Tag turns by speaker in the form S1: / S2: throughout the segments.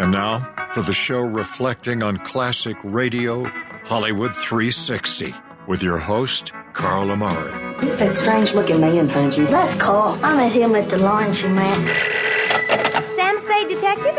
S1: And now for the show reflecting on classic radio, Hollywood 360, with your host, Carl Amari.
S2: Who's that strange looking man behind you?
S3: That's Carl. I met him at the laundry, man.
S4: Sam Spade Detective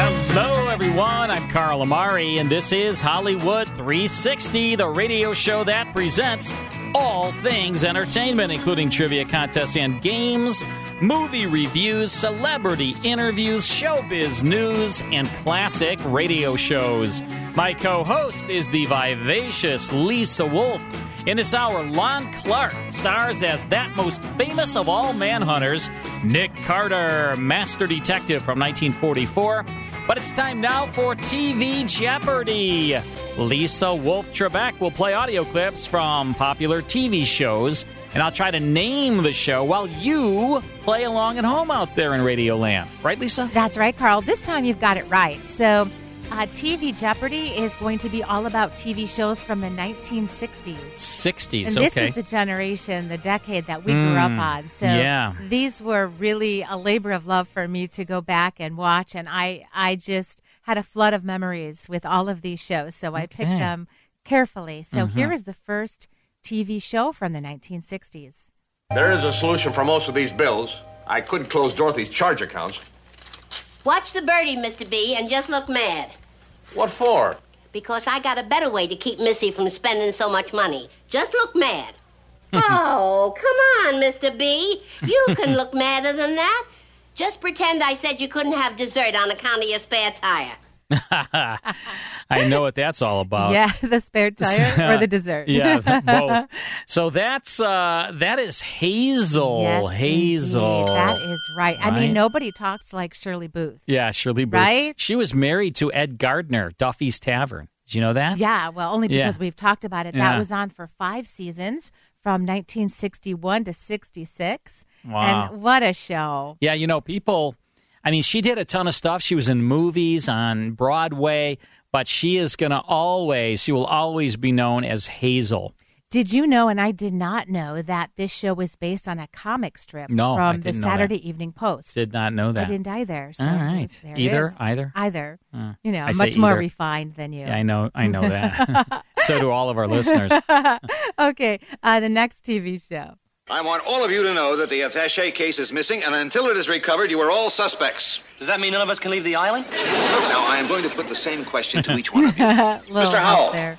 S5: Hello, everyone. I'm Carl Amari, and this is Hollywood 360, the radio show that presents all things entertainment, including trivia contests and games, movie reviews, celebrity interviews, showbiz news, and classic radio shows. My co host is the vivacious Lisa Wolf. In this hour, Lon Clark stars as that most famous of all manhunters, Nick Carter, master detective from 1944. But it's time now for TV Jeopardy! Lisa Wolf Trebek will play audio clips from popular TV shows, and I'll try to name the show while you play along at home out there in Radioland. Right, Lisa?
S6: That's right, Carl. This time you've got it right. So, uh, TV Jeopardy is going to be all about TV shows from the 1960s.
S5: 60s,
S6: And
S5: okay. Hmm,
S6: this is the generation, the decade that we grew up on. So
S5: yeah.
S6: these were really a labor of love for me to go back and watch. And I, I just had a flood of memories with all of these shows. So I
S5: Okay. Mm-hmm.
S6: picked them carefully. So here is the first TV show from the 1960s.
S7: There is a solution for most of these bills. I could close Dorothy's charge accounts.
S4: Watch the birdie, Mr. B, and just look mad.
S7: What for?
S4: Because I got a better way to keep Missy from spending so much money. Just look mad. oh, come on, Mr. B. You can look madder than that. Just pretend I said you couldn't have dessert on account of your spare tire.
S5: I know what that's all about.
S6: yeah, the spare tire or the dessert.
S5: yeah, th- both. So that's uh that is Hazel.
S6: Yes,
S5: Hazel.
S6: indeed. That
S5: Oh.
S6: is right. I
S5: Right?
S6: mean, nobody talks like Shirley Booth.
S5: Yeah, Shirley Booth.
S6: Right?
S5: She was married to Ed Gardner, Duffy's Tavern. Did you know that?
S6: Yeah, well, only
S5: Yeah.
S6: because we've talked about it.
S5: Yeah.
S6: That was on for five seasons from 1961 to 66.
S5: Wow.
S6: And what a show.
S5: Yeah, you know, people I mean, she did a ton of stuff. She was in movies on Broadway, but she is gonna always she will always be known as Hazel.
S6: Did you know, and I did not know, that this show was based on a comic strip
S5: No, I
S6: from the
S5: didn't know that.
S6: Saturday Evening Post?
S5: Did not know
S6: I
S5: that.
S6: didn't either. So
S5: All
S6: it was-
S5: right.
S6: there it
S5: Either-
S6: is.
S5: either?
S6: Either.
S5: Uh,
S6: you know,
S5: I say
S6: much more
S5: either.
S6: refined than you.
S5: Yeah, I know I know that. so do all of our listeners.
S6: okay, uh, the next TV show.
S8: I want all of you to know that the attache case is missing, and until it is recovered, you are all suspects.
S9: Does that mean none of us can leave the island?
S8: Now, I am going to put the same question to each one of you.
S6: Little
S8: Mr.
S6: help
S8: Howell.
S6: There.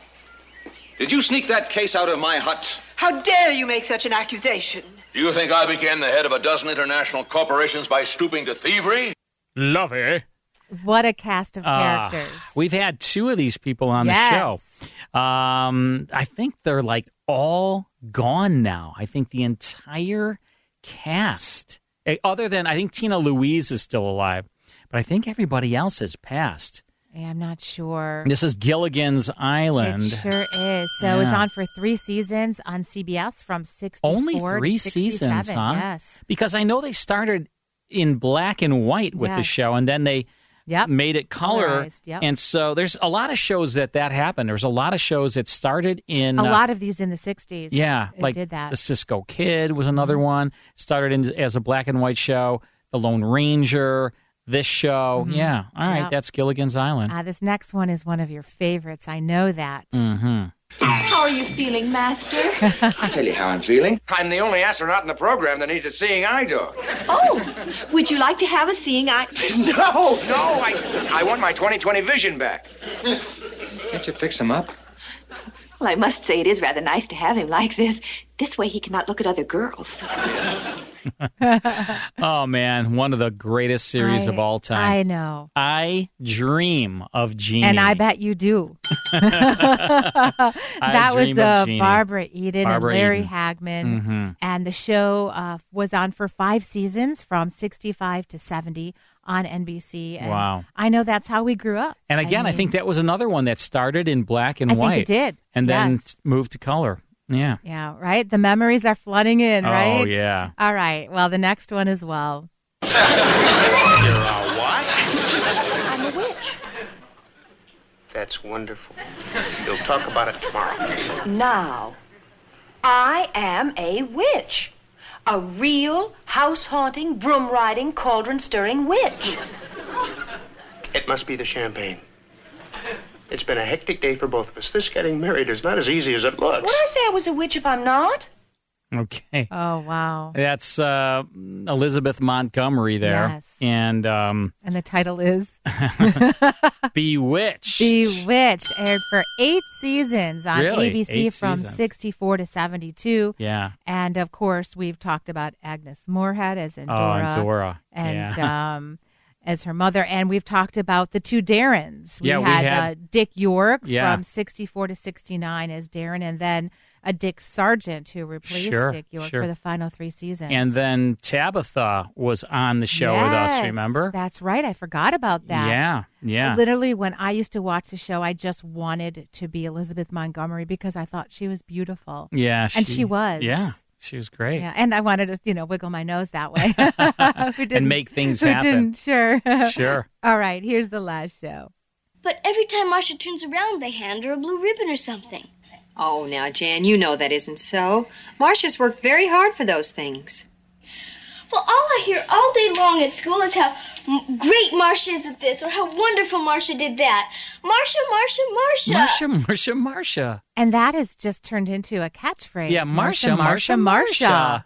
S8: Did you sneak that case out of my hut?
S10: How dare you make such an accusation?
S7: Do you think I became the head of a dozen international corporations by stooping to thievery?
S5: Love it.
S6: What a cast of
S5: Ah,
S6: characters.
S5: We've had two of these people on
S6: Yes.
S5: the show. Um, I think they're like all gone now. I think the entire cast, eh, other than I think Tina Louise is still alive, but I think everybody else has passed.
S6: Yeah, I'm not sure.
S5: This is Gilligan's Island.
S6: It sure is. So it was
S5: Yeah.
S6: on for three seasons on CBS from 64
S5: Only
S6: to
S5: three seasons,
S6: 67.
S5: huh?
S6: Yes.
S5: Because I know they started in black and white with the
S6: Yes.
S5: show, and then they
S6: Yep.
S5: made it color.
S6: Colorized, yep.
S5: And so there's a lot of shows that that happened. There's a lot of shows that started in
S6: a
S5: uh,
S6: lot of these in the 60s.
S5: Yeah,
S6: it
S5: like
S6: did that. Mm-hmm.
S5: the Cisco Kid was another one. Started in, as a black and white show. The Lone Ranger. This show. Yeah. All right.
S6: Yeah.
S5: That's Gilligan's Island.
S6: Mm-hmm. Uh, this next one is one of your favorites. I know that.
S5: hmm
S10: How are you feeling, Master?
S9: I'll tell you how I'm feeling. I'm the only astronaut in the program that needs a seeing eye dog.
S10: Oh, would you like to have a seeing eye?
S9: No, no, I, I want my 2020 vision back. Can't you fix him up?
S10: Well, I must say it is rather nice to have him like this. This way he cannot look at other girls.
S5: oh man, one of the greatest series
S11: I-
S5: of all time.
S11: I know.
S5: I dream of Jeannie.
S11: And I bet you do. that was
S5: dream of
S11: uh,
S5: Jeannie.
S11: Barbara Eden
S5: Barbara
S11: and Larry
S5: Eden.
S11: Hagman.
S5: Mhm.
S11: And the show uh, was on for five seasons from 65 to 70 on NBC. And
S5: Wow.
S11: I know that's how we grew up.
S5: And again, I,
S11: mean,
S5: think that was another one that started in black and
S11: I think it
S5: white.
S11: did.
S5: And then
S11: Yes.
S5: moved to color. Yeah.
S11: Yeah, right? The memories are flooding in,
S5: Oh,
S11: right?
S5: yeah.
S11: All right. Well, the next one as well.
S12: You're a what?
S10: I'm a witch.
S12: That's wonderful. We'll talk about it tomorrow.
S10: Now, I am a witch. A real house haunting, broom riding, cauldron stirring witch.
S12: It must be the champagne. It's been a hectic day for both of us. This getting married is not as easy as it
S10: Would
S12: looks.
S10: I say I was a witch if I'm not?
S5: Okay.
S11: Oh, wow.
S5: That's uh, Elizabeth Montgomery there.
S11: Yes.
S5: And um,
S11: And the title is
S5: Bewitched.
S11: Bewitched, aired for eight seasons on
S5: Really?
S11: ABC
S5: Eight
S11: from
S5: seasons.
S11: 64 to 72.
S5: Yeah.
S11: And of course, we've talked about Agnes Moorehead as
S5: Oh, and
S11: Endora.
S5: Dora.
S11: And
S5: Yeah.
S11: um, as her mother. And we've talked about the two Darrens.
S5: Yeah, we
S11: had, uh,
S5: had-
S11: Dick York
S5: Yeah.
S11: from 64 to 69 as Darren, and then a Dick Sargent who replaced
S5: Sure,
S11: Dick York
S5: sure.
S11: for the final three seasons.
S5: And then Tabitha was on the show with us,
S11: Yes,
S5: remember?
S11: That's right. I forgot about that.
S5: Yeah. Yeah.
S11: Literally, when I used to watch the show, I just wanted to be Elizabeth Montgomery because I thought she was beautiful.
S5: Yeah.
S11: and she was.
S5: Yeah. She was great.
S11: Yeah, and I wanted to, you know, wiggle my nose that way. Who didn't?
S5: make things
S11: who
S5: happen.
S11: Didn't? Sure.
S5: Sure.
S11: All right. Here's the last show.
S13: But every time Marcia turns around, they hand her a blue ribbon or something.
S14: Oh, now, Jan, you know that isn't so. Marcia's worked very hard for those things.
S13: Well, all I hear all day long at school is how m- great Marcia is at this, or how wonderful Marcia did that. Marcia, Marcia, Marcia.
S5: Marcia, Marcia, Marcia.
S11: And that has just turned into a catchphrase.
S5: Yeah, Marcia, Marcia,
S11: Marcia.
S5: Marcia.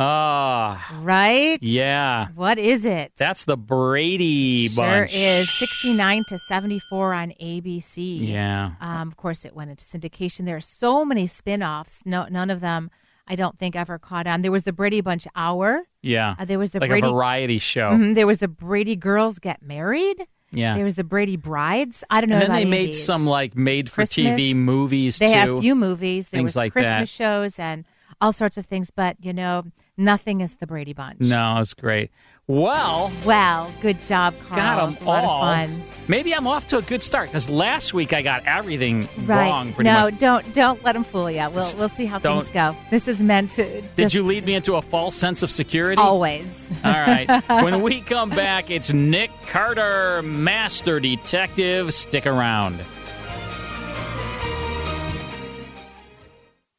S5: Ah.
S11: Right?
S5: yeah.
S11: What is it?
S5: That's the Brady
S11: Sure
S5: bunch.
S11: is 69 to 74 on ABC.
S5: Yeah.
S11: Um, of course, it went into syndication. There are so many spin offs. No, none of them, I don't think, ever caught on. There was the Brady Bunch Hour.
S5: Yeah.
S11: Uh, there was the
S5: like
S11: Brady
S5: a variety show.
S11: Mhm, there was the Brady Girls Get Married.
S5: Yeah.
S11: There was the Brady Brides. I don't know
S5: and then
S11: about
S5: they
S11: any of
S5: made
S11: these.
S5: some like made for TV
S11: Christmas.
S5: movies
S11: They
S5: too.
S11: had a few movies. There
S5: things
S11: was
S5: like
S11: Christmas
S5: that.
S11: shows and all sorts of things. But you know, nothing is the Brady Bunch.
S5: No, it's great. Well,
S11: Well, good job, Carl.
S5: got
S11: It was
S5: them
S11: a lot
S5: all.
S11: Of fun.
S5: Maybe I'm off to a good start because last week I got everything
S11: Right.
S5: wrong. Pretty
S11: no,
S5: much.
S11: don't don't let them fool you. We'll we'll see how
S5: Don't-
S11: things go. This is meant to
S5: Did
S11: just
S5: you lead me into a false sense of security?
S11: always.
S5: All right. when we come back, it's Nick Carter, Master Detective. Stick around.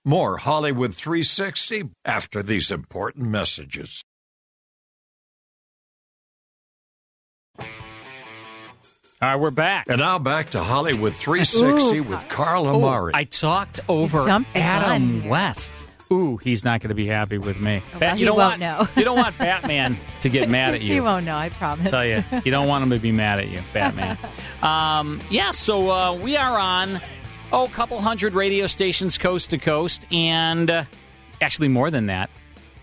S1: More Hollywood 360 after these important messages.
S5: All right, we're back.
S1: And now back to Hollywood 360
S5: Ooh.
S1: with Carl Amari.
S5: Oh, I talked over
S1: jumped the gun
S5: Adam West. Ooh, he's not going to be happy with me. Bat-
S11: Oh, he
S5: you don't
S11: won't
S5: want
S11: know.
S5: you don't want Batman to get mad at you.
S11: he won't know. I promise.
S5: Tell you, you don't want him to be mad at you, Batman. um, yeah, so uh, we are on oh, a couple hundred radio stations coast to coast, and uh, actually more than that.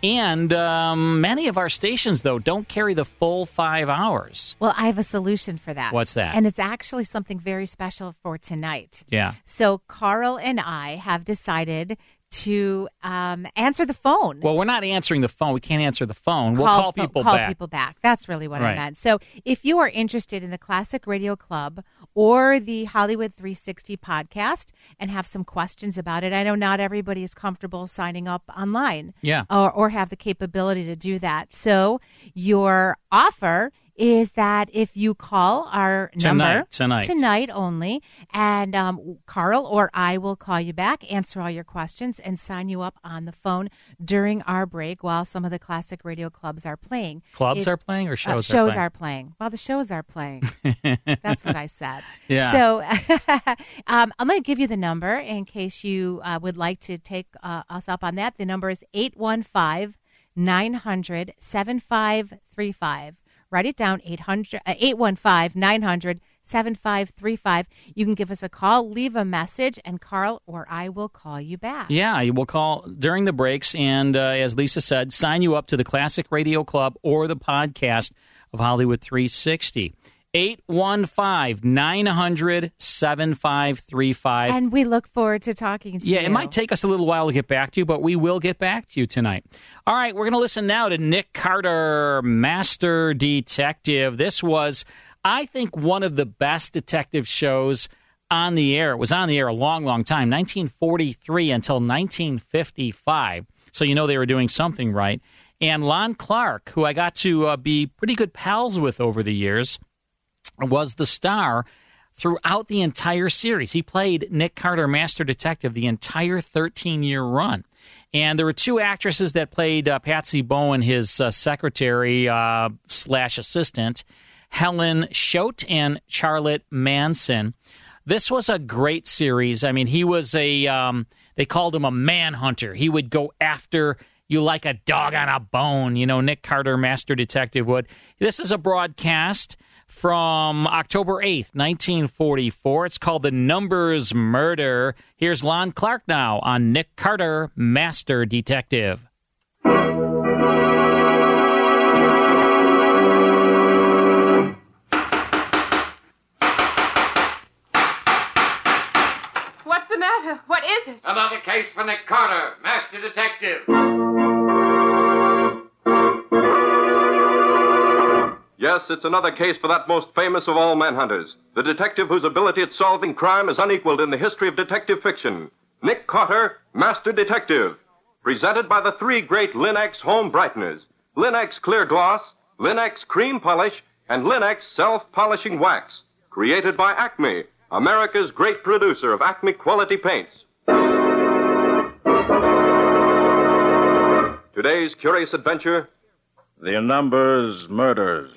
S5: And um, many of our stations though don't carry the full five hours.
S11: Well, I have a solution for that.
S5: What's that?
S11: And it's actually something very special for tonight.
S5: Yeah.
S11: So Carl and I have decided to um, answer the phone.
S5: Well, we're not answering the phone. We can't answer the phone. We'll
S11: call,
S5: call
S11: pho-
S5: people
S11: call
S5: back.
S11: people back. That's really what
S5: Right.
S11: I meant. So, if you are interested in the Classic Radio Club or the Hollywood 360 podcast and have some questions about it, I know not everybody is comfortable signing up online
S5: Yeah.
S11: or, or have the capability to do that. So, your offer is that if you call our number
S5: Tonight, tonight.
S11: tonight only, and um, Carl or I will call you back, answer all your questions, and sign you up on the phone during our break while some of the classic radio clubs are playing.
S5: Clubs are playing or
S11: uh,
S5: shows are
S11: shows
S5: playing?
S11: are playing. Well, the shows are playing. That's what I said.
S5: Yeah.
S11: So um, I'm going to give you the number in case you uh, would like to take uh, us up on that. The number is 815 900 uh, 7535. Write it down 815 900
S15: 7535. You can give us a call, leave a message, and Carl or I will call you back.
S5: Yeah, you will call during the breaks. And uh, as Lisa said, sign you up to the Classic Radio Club or the podcast of Hollywood 360. 815 900 7535.
S15: And we look forward to talking to
S5: Yeah,
S15: you.
S5: it might take us a little while to get back to you, but we will get back to you tonight. All right, we're going to listen now to Nick Carter, Master Detective. This was, I think, one of the best detective shows on the air. It was on the air a long, long time, 1943 until 1955. So you know they were doing something right. And Lon Clark, who I got to uh, be pretty good pals with over the years, was the star throughout the entire series. He played Nick Carter, Master Detective, the entire 13 year run. And there were two actresses that played uh, Patsy Bowen, his uh, secretary uh, slash assistant, Helen Schote and Charlotte Manson. This was a great series. I mean, he was a, um, they called him a manhunter. He would go after you like a dog on a bone, you know, Nick Carter, Master Detective would. This is a broadcast from October 8th, 1944. It's called The Numbers Murder. Here's Lon Clark now on Nick Carter, Master Detective.
S6: What's the matter? What is it?
S16: Another case for Nick Carter, Master Detective.
S17: Yes, it's another case for that most famous of all manhunters, the detective whose ability at solving crime is unequaled in the history of detective fiction. Nick Carter, Master Detective. Presented by the three great Linex home brighteners Linex Clear Gloss, Linex Cream Polish, and Linex Self Polishing Wax. Created by Acme, America's great producer of Acme quality paints. Today's curious adventure
S8: The Numbers Murders,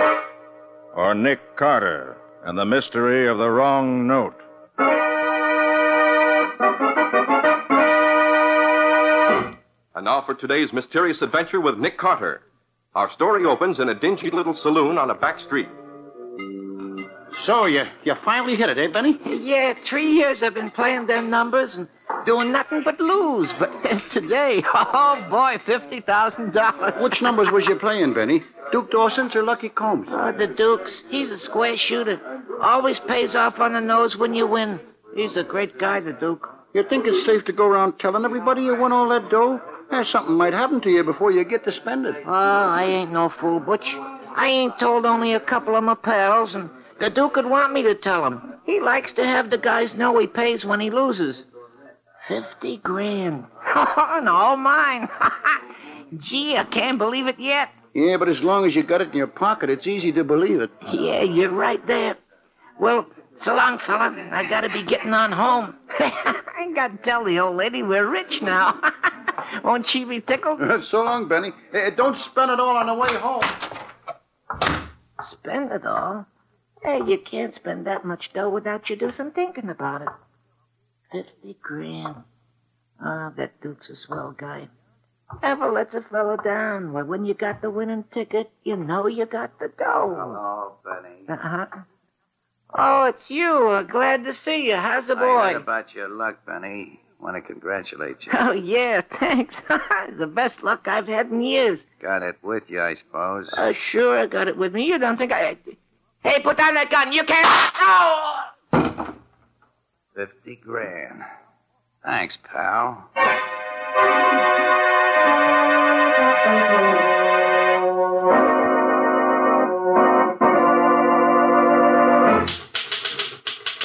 S8: or Nick Carter and the Mystery of the Wrong Note.
S17: And now for today's mysterious adventure with Nick Carter. Our story opens in a dingy little saloon on a back street.
S18: So you you finally hit it, eh, Benny?
S11: Yeah, three years I've been playing them numbers and doing nothing but lose. But today, oh boy, fifty thousand dollars.
S18: Which numbers was you playing, Benny? Duke Dawson's or Lucky Combs?
S11: Oh, the Duke's. He's a square shooter. Always pays off on the nose when you win. He's a great guy, the Duke.
S18: You think it's safe to go around telling everybody you won all that dough? Eh, something might happen to you before you get to spend it.
S11: Oh, I ain't no fool, Butch. I ain't told only a couple of my pals, and the Duke would want me to tell him. He likes to have the guys know he pays when he loses. Fifty grand. and all mine. Ah, Gee, I can't believe it yet.
S18: Yeah, but as long as you got it in your pocket, it's easy to believe it.
S11: Yeah, you're right there. Well, so long, fella. I gotta be getting on home. I gotta tell the old lady we're rich now. Won't she be tickled?
S18: so long, Benny. Eh, don't spend it all on the way home.
S11: Spend it all? Hey, you can't spend that much dough without you do some thinking about it. Fifty grand. Ah, that Duke's a swell guy. Ever lets a fellow down. Well, when you got the winning ticket, you know you got the dough.
S19: Benny.
S11: Uh-huh. Oh, it's you. Uh, glad to see you. How's the
S19: I
S11: boy?
S19: heard about your luck, Benny. Want to congratulate you.
S11: Oh, yeah, thanks. the best luck I've had in years.
S19: Got it with you, I suppose.
S11: Uh, sure, I got it with me. You don't think I. Hey, put down that gun. You can't. Oh!
S19: Fifty grand. Thanks, pal.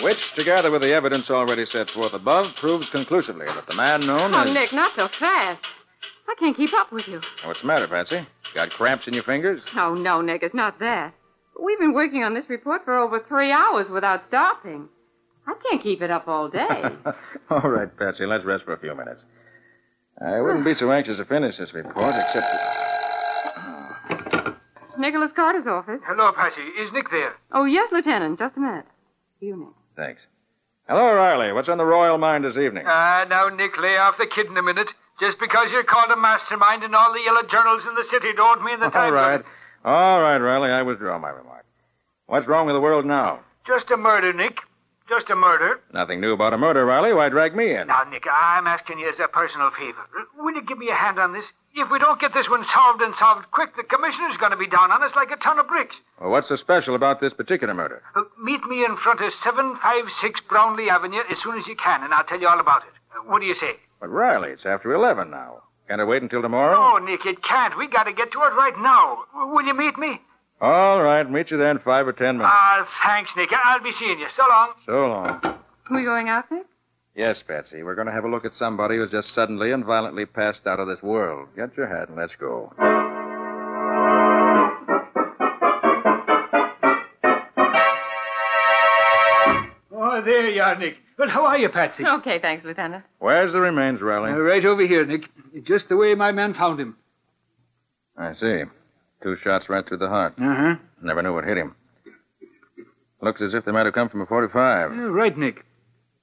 S8: Which, together with the evidence already set forth above, proves conclusively that the man known
S6: Oh,
S8: as. Oh,
S6: Nick, not so fast. I can't keep up with you.
S8: What's the matter, Patsy? Got cramps in your fingers?
S6: Oh, no, Nick, it's not that. We've been working on this report for over three hours without stopping. I can't keep it up all day.
S8: All right, Patsy, let's rest for a few minutes. I wouldn't be so anxious to finish this report, except.
S6: Oh. Nicholas Carter's office.
S20: Hello, Patsy. Is Nick there?
S6: Oh, yes, Lieutenant. Just a minute. You, Nick.
S8: Thanks. Hello, Riley. What's on the royal mind this evening?
S20: Ah, now, Nick, lay off the kid in a minute. Just because you're called a mastermind in all the yellow journals in the city don't mean that
S8: All
S20: I'm...
S8: right. All right, Riley, I withdraw my remark. What's wrong with the world now?
S17: Just a murder, Nick. Just a murder.
S8: Nothing new about a murder, Riley. Why drag me in?
S17: Now, Nick, I'm asking you as a personal favor. Will you give me a hand on this? If we don't get this one solved and solved quick, the commissioner's going to be down on us like a ton of bricks.
S8: Well, what's so special about this particular murder?
S17: Uh, meet me in front of 756 Brownlee Avenue as soon as you can, and I'll tell you all about it. Uh, what do you say?
S8: But, Riley, it's after 11 now. Can't I wait until tomorrow?
S17: No, Nick, it can't. We got to get to it right now. W- Will you meet me?
S8: All right, meet you then, five or ten minutes.
S17: Ah, thanks, Nick. I'll be seeing you. So long.
S8: So long.
S11: We going out, Nick?
S8: Yes, Patsy, we're going to have a look at somebody who's just suddenly and violently passed out of this world. Get your hat and let's go.
S17: Oh, there you are, Nick. Well, how are you, Patsy?
S11: Okay, thanks, Lieutenant.
S8: Where's the remains, Riley?
S17: Uh, right over here, Nick. Just the way my man found him.
S8: I see. Two shots right through the heart.
S17: Uh-huh.
S8: Never knew what hit him. Looks as if they might have come from a 45.
S17: Uh, right, Nick.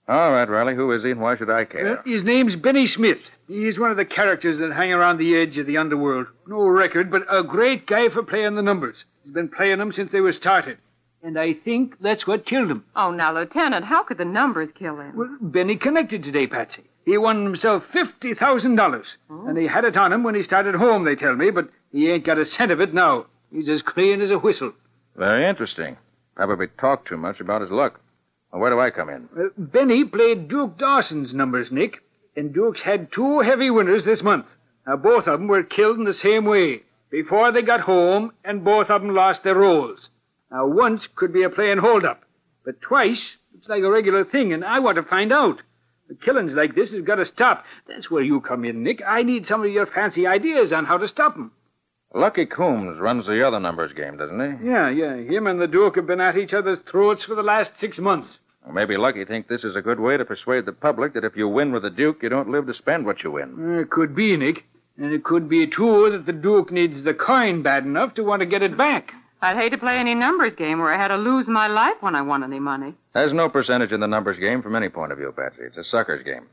S8: All right, Riley, who is he and why should I care?
S17: Uh, his name's Benny Smith. He's one of the characters that hang around the edge of the underworld. No record, but a great guy for playing the numbers. He's been playing them since they were started. And I think that's what killed him.
S11: Oh, now, Lieutenant, how could the numbers kill him?
S17: Well, Benny connected today, Patsy. He won himself $50,000.
S11: Oh.
S17: And he had it on him when he started home, they tell me, but he ain't got a cent of it now. He's as clean as a whistle.
S8: Very interesting. Probably talked too much about his luck. Well, where do I come in?
S17: Uh, Benny played Duke Dawson's numbers, Nick. And Duke's had two heavy winners this month. Now, both of 'em were killed in the same way, before they got home, and both of 'em lost their rolls. Now, once could be a plain holdup, but twice, it's like a regular thing, and I want to find out. The killings like this has got to stop. That's where you come in, Nick. I need some of your fancy ideas on how to stop 'em.
S8: Lucky Coombs runs the other numbers game, doesn't he?
S17: Yeah, yeah. Him and the Duke have been at each other's throats for the last six months.
S8: Or maybe Lucky thinks this is a good way to persuade the public that if you win with the Duke, you don't live to spend what you win.
S17: Uh, It could be, Nick. And it could be, too, that the Duke needs the coin bad enough to want to get it back.
S11: I'd hate to play any numbers game where I had to lose my life when I won any money.
S8: There's no percentage in the numbers game from any point of view, Patsy. It's a sucker's game.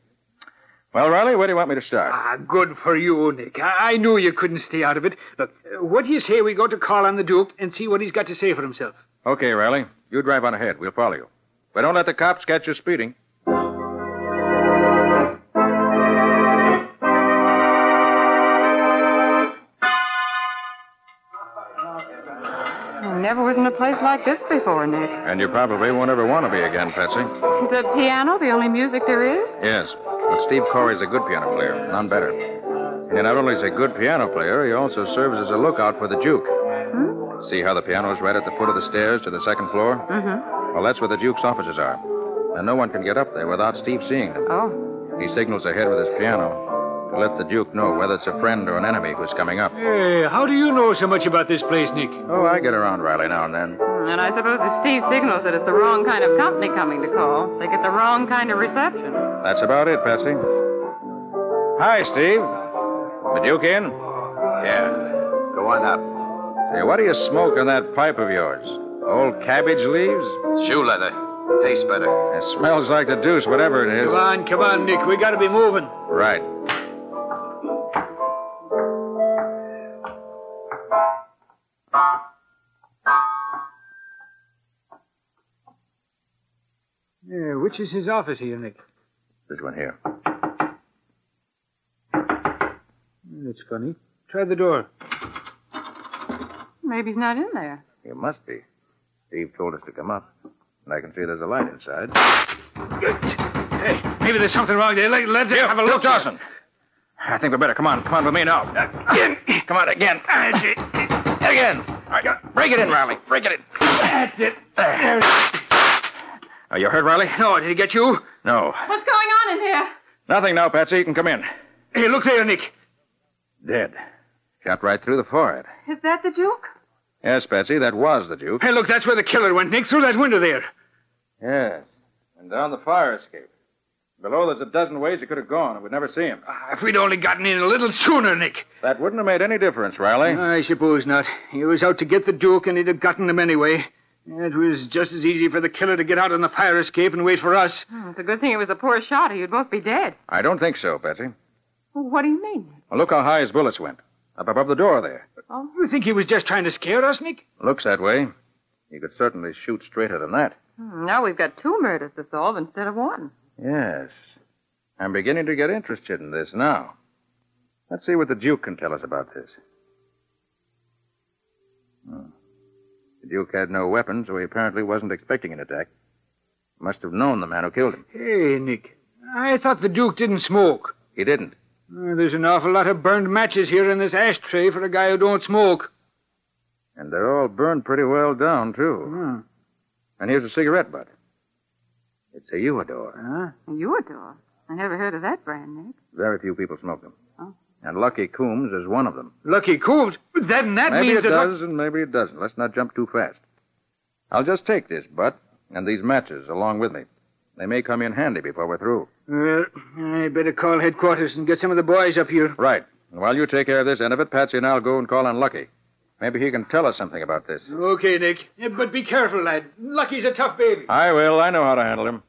S8: Well, Riley, where do you want me to start?
S17: Ah, good for you, Nick. I, I knew you couldn't stay out of it. Look, uh, what do you say we go to call on the Duke and see what he's got to say for himself?
S8: Okay, Riley. You drive on ahead. We'll follow you. But don't let the cops catch you speeding.
S11: I never was in a place like this before, Nick.
S8: And you probably won't ever want to be again, Patsy.
S11: Is the piano the only music there is?
S8: Yes. But Steve Corey's a good piano player, none better. And he not only is a good piano player, he also serves as a lookout for the juke.
S11: Hmm?
S8: See how the piano's right at the foot of the stairs to the second floor?
S11: Mm-hmm.
S8: Well, that's where the Duke's offices are. And no one can get up there without Steve seeing them.
S11: Oh.
S8: He signals ahead with his piano to let the Duke know whether it's a friend or an enemy who's coming up.
S17: Hey, how do you know so much about this place, Nick?
S8: Oh, I get around Riley now and then.
S11: And I suppose if Steve signals that it's the wrong kind of company coming to call, they get the wrong kind of reception.
S8: That's about it, Patsy. Hi, Steve. The Duke in? Yeah. Go on up. Say, what do you smoke in that pipe of yours? Old cabbage leaves?
S21: Shoe leather. Tastes better.
S8: It smells like the deuce, whatever it is.
S17: Come on, come on, Nick. We gotta be moving.
S8: Right.
S17: Yeah, which is his office here, Nick?
S8: This one here.
S17: That's funny. Try the door.
S11: Maybe he's not in there.
S8: You must be. Steve told us to come up. And I can see there's a light inside.
S17: Hey, maybe there's something wrong there. Let, let's have a look.
S8: Dawson. I think we better. Come on. Come on with me now. Again. Come on, again. That's it. Again. All right. Break it in, Riley. Break it in.
S17: That's it. There.
S8: Are you hurt, Riley?
S17: No, did he get you?
S8: No.
S11: What's going on in here?
S8: Nothing now, Patsy. You can come in.
S17: Hey, look there, Nick.
S8: Dead. Shot right through the forehead.
S11: Is that the Duke?
S8: Yes, Patsy, that was the Duke.
S17: Hey, look, that's where the killer went, Nick. Through that window there.
S8: Yes. And down the fire escape. Below, there's a dozen ways he could have gone, and we'd never see him.
S17: Ah, If we'd only gotten in a little sooner, Nick.
S8: That wouldn't have made any difference, Riley.
S17: I suppose not. He was out to get the Duke, and he'd have gotten him anyway. It was just as easy for the killer to get out on the fire escape and wait for us.
S11: Hmm, It's a good thing it was a poor shot, or you'd both be dead.
S8: I don't think so, Patsy.
S11: Well, what do you mean?
S8: Well, look how high his bullets went. Up above the door there.
S22: Oh,
S17: You think he was just trying to scare us, Nick?
S8: Looks that way. He could certainly shoot straighter than that.
S6: Hmm, Now we've got two murders to solve instead of one.
S8: Yes. I'm beginning to get interested in this now. Let's see what the Duke can tell us about this. Hmm. The Duke had no weapon, so he apparently wasn't expecting an attack. Must have known the man who killed him.
S22: Hey, Nick. I thought the Duke didn't smoke.
S8: He didn't.
S22: Uh, there's an awful lot of burned matches here in this ashtray for a guy who don't smoke.
S8: And they're all burned pretty well down, too. And here's a cigarette butt. It's a Uador.
S22: Huh?
S6: Uador? I never heard of that brand, Nick.
S8: Very few people smoke them.
S6: Oh.
S8: And Lucky Coombs is one of them.
S22: Lucky Coombs? Then that
S8: maybe
S22: means
S8: it
S22: that Luck-
S8: does, and maybe it doesn't. Let's not jump too fast. I'll just take this butt and these matches along with me. They may come in handy before we're through.
S22: Well, I better call headquarters and get some of the boys up here.
S8: Right. And while you take care of this end of it, Patsy and I'll go and call on Lucky. Maybe he can tell us something about this.
S22: Okay, Nick. Uh, But be careful, lad. Lucky's a tough baby.
S8: I will. I know how to handle him.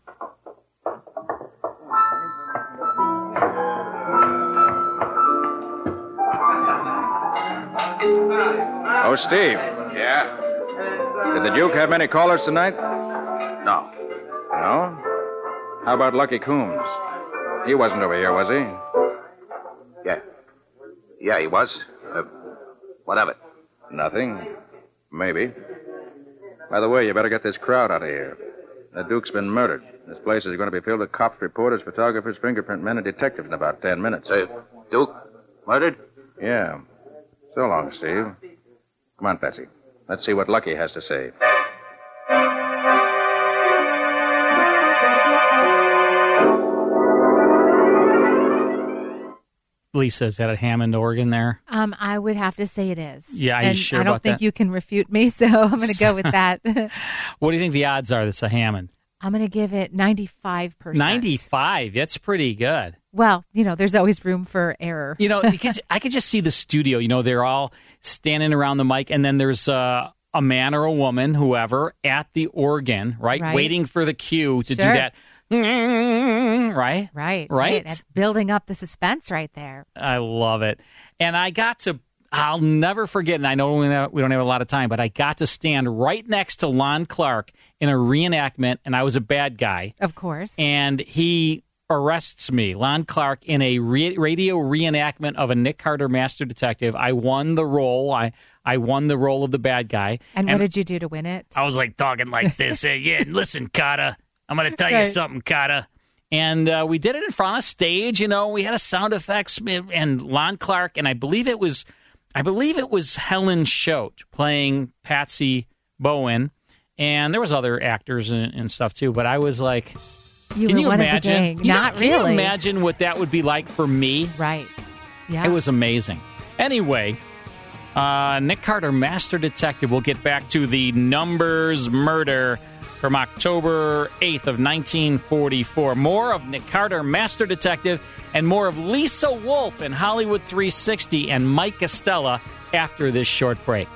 S8: Oh, Steve.
S23: Yeah?
S8: Did the Duke have many callers tonight?
S23: No.
S8: No? How about Lucky Coombs? He wasn't over here, was he?
S24: Yeah. Yeah, he was. Uh, what of it?
S8: Nothing. Maybe. By the way, you better get this crowd out of here. The Duke's been murdered. This place is going to be filled with cops, reporters, photographers, fingerprint men, and detectives in about ten minutes.
S24: Duke? Murdered?
S8: Yeah. So long, Steve. Come on, Patsy. Let's see what Lucky has to say.
S5: Lee says that at Hammond, Oregon. There,
S11: Um, I would have to say it is.
S5: Yeah, are you
S11: and
S5: sure
S11: I don't
S5: about
S11: think
S5: that?
S11: you can refute me, so I'm going to go with that.
S5: what do you think the odds are? This a Hammond,
S11: I'm going to give it 95%.
S5: ninety-five. That's pretty good.
S11: Well, you know, there's always room for error.
S5: You know, you could, I could just see the studio. You know, they're all standing around the mic, and then there's uh, a man or a woman, whoever, at the organ, right,
S11: Right.
S5: waiting for the cue to
S11: Sure.
S5: do that. Right.
S11: Right.
S5: Right?
S11: That's building up the suspense right there.
S5: I love it. And I got to, I'll never forget, and I know we don't- we don't have a lot of time, but I got to stand right next to Lon Clark in a reenactment, and I was a bad guy.
S11: Of course.
S5: And he arrests me, Lon Clark, in a re- radio reenactment of a Nick Carter Master Detective. I won the role. I, I won the role of the bad guy.
S11: And, what did you do to win it?
S5: I was like talking like this. Hey, yeah, listen, Kata, I'm going to tell you
S11: Right.
S5: something, Kata. And uh, we did it in front of stage. You know, we had a sound effects man, and Lon Clark, and I believe it was, I believe it was Helen Schoat playing Patsy Bowen, and there was other actors and, and stuff too. But I was like,
S11: You
S5: can
S11: were
S5: you
S11: one of the
S5: imagine?
S11: gang.
S5: You know,
S11: Not
S5: can you
S11: really.
S5: imagine what that would be like for me?
S11: Right. Yeah.
S5: It was amazing. Anyway, uh, Nick Carter, Master Detective, will get back to the numbers murder from October 8th of 1944. More of Nick Carter, Master Detective, and more of Lisa Wolf in Hollywood 360 and Mike Costella after this short break.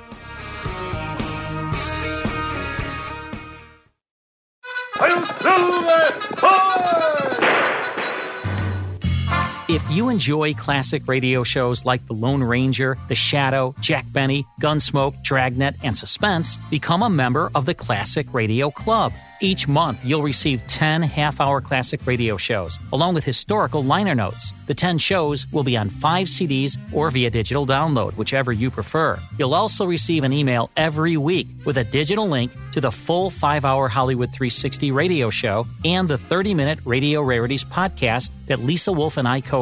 S5: If you enjoy classic radio shows like The Lone Ranger, The Shadow, Jack Benny, Gunsmoke, Dragnet, and Suspense, become a member of the Classic Radio Club. Each month, you'll receive 10 half hour classic radio shows, along with historical liner notes. The 10 shows will be on five CDs or via digital download, whichever you prefer. You'll also receive an email every week with a digital link to the full five hour Hollywood 360 radio show and the 30 minute Radio Rarities podcast that Lisa Wolf and I co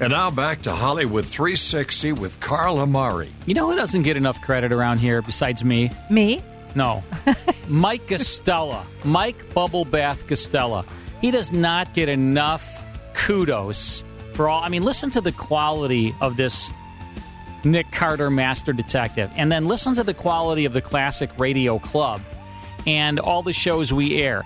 S1: And now back to Hollywood 360 with Carl Amari.
S5: You know who doesn't get enough credit around here besides me?
S11: Me?
S5: No. Mike Costella. Mike Bubble Bath Costella. He does not get enough kudos for all. I mean, listen to the quality of this Nick Carter Master Detective, and then listen to the quality of the Classic Radio Club and all the shows we air.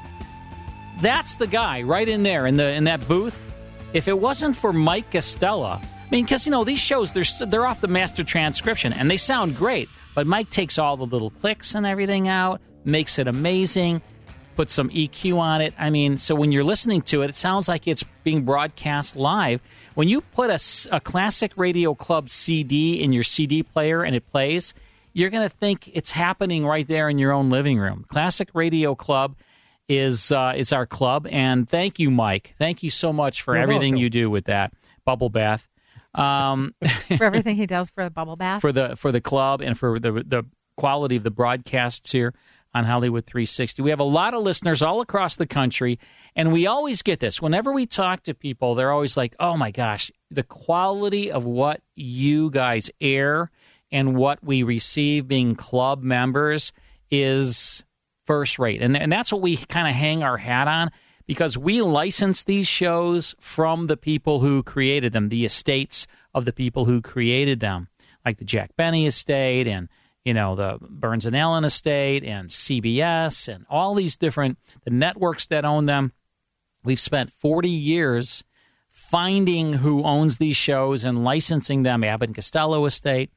S5: That's the guy right in there in the in that booth If it wasn't for Mike Costella, I mean, because, you know, these shows, they're, st- they're off the master transcription and they sound great, but Mike takes all the little clicks and everything out, makes it amazing, puts some EQ on it. I mean, so when you're listening to it, it sounds like it's being broadcast live. When you put a, s- a classic radio club CD in your CD player and it plays, you're going to think it's happening right there in your own living room. Classic Radio Club is uh, is our club, and thank you, Mike. Thank you so much for
S11: You're
S5: everything
S11: welcome.
S5: you do with that bubble bath, um,
S11: for everything he does for the bubble bath.
S5: for the for the club, and for the the quality of the broadcasts here on Hollywood 360. We have a lot of listeners all across the country, and we always get this whenever we talk to people. They're always like, "Oh my gosh, the quality of what you guys air." and what we receive being club members is first rate. And, and that's what we kind of hang our hat on because we license these shows from the people who created them, the estates of the people who created them, like the Jack Benny estate and you know the Burns and Allen estate and CBS and all these different the networks that own them. We've spent 40 years finding who owns these shows and licensing them, Abbott and Costello Estate,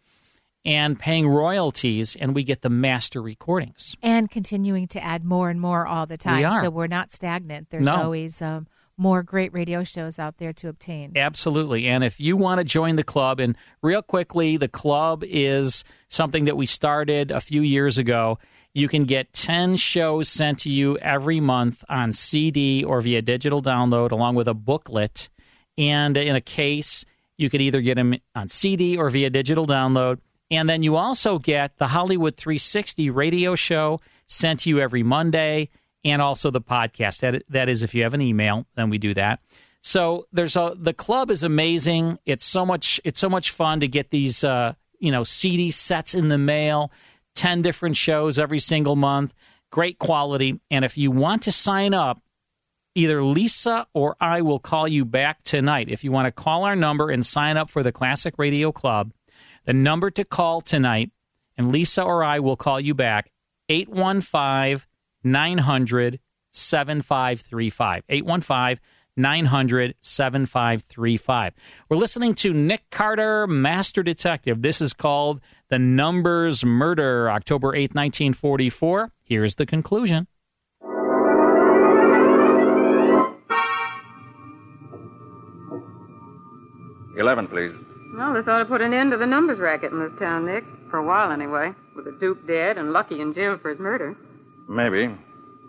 S5: and paying royalties, and we get the master recordings.
S11: And continuing to add more and more all the time.
S5: We are.
S11: So we're not stagnant. There's
S5: No.
S11: always um, more great radio shows out there to obtain.
S5: Absolutely. And if you want to join the club, and real quickly, the club is something that we started a few years ago. You can get 10 shows sent to you every month on CD or via digital download, along with a booklet and in a case. You could either get them on CD or via digital download. And then you also get the Hollywood 360 radio show sent to you every Monday and also the podcast. That, that is, if you have an email, then we do that. So there's a the club is amazing. It's so much it's so much fun to get these uh, you know CD sets in the mail, ten different shows every single month, great quality. And if you want to sign up, either Lisa or I will call you back tonight. If you want to call our number and sign up for the Classic Radio Club, the number to call tonight, and Lisa or I will call you back 815 900 7535. 815 900 7535. We're listening to Nick Carter, Master Detective. This is called The Numbers Murder, October 8th, 1944. Here's the conclusion.
S17: Eleven, please.
S6: Well, this ought to put an end to the numbers racket in this town, Nick. For a while, anyway. With the dupe dead and Lucky in jail for his murder.
S17: Maybe,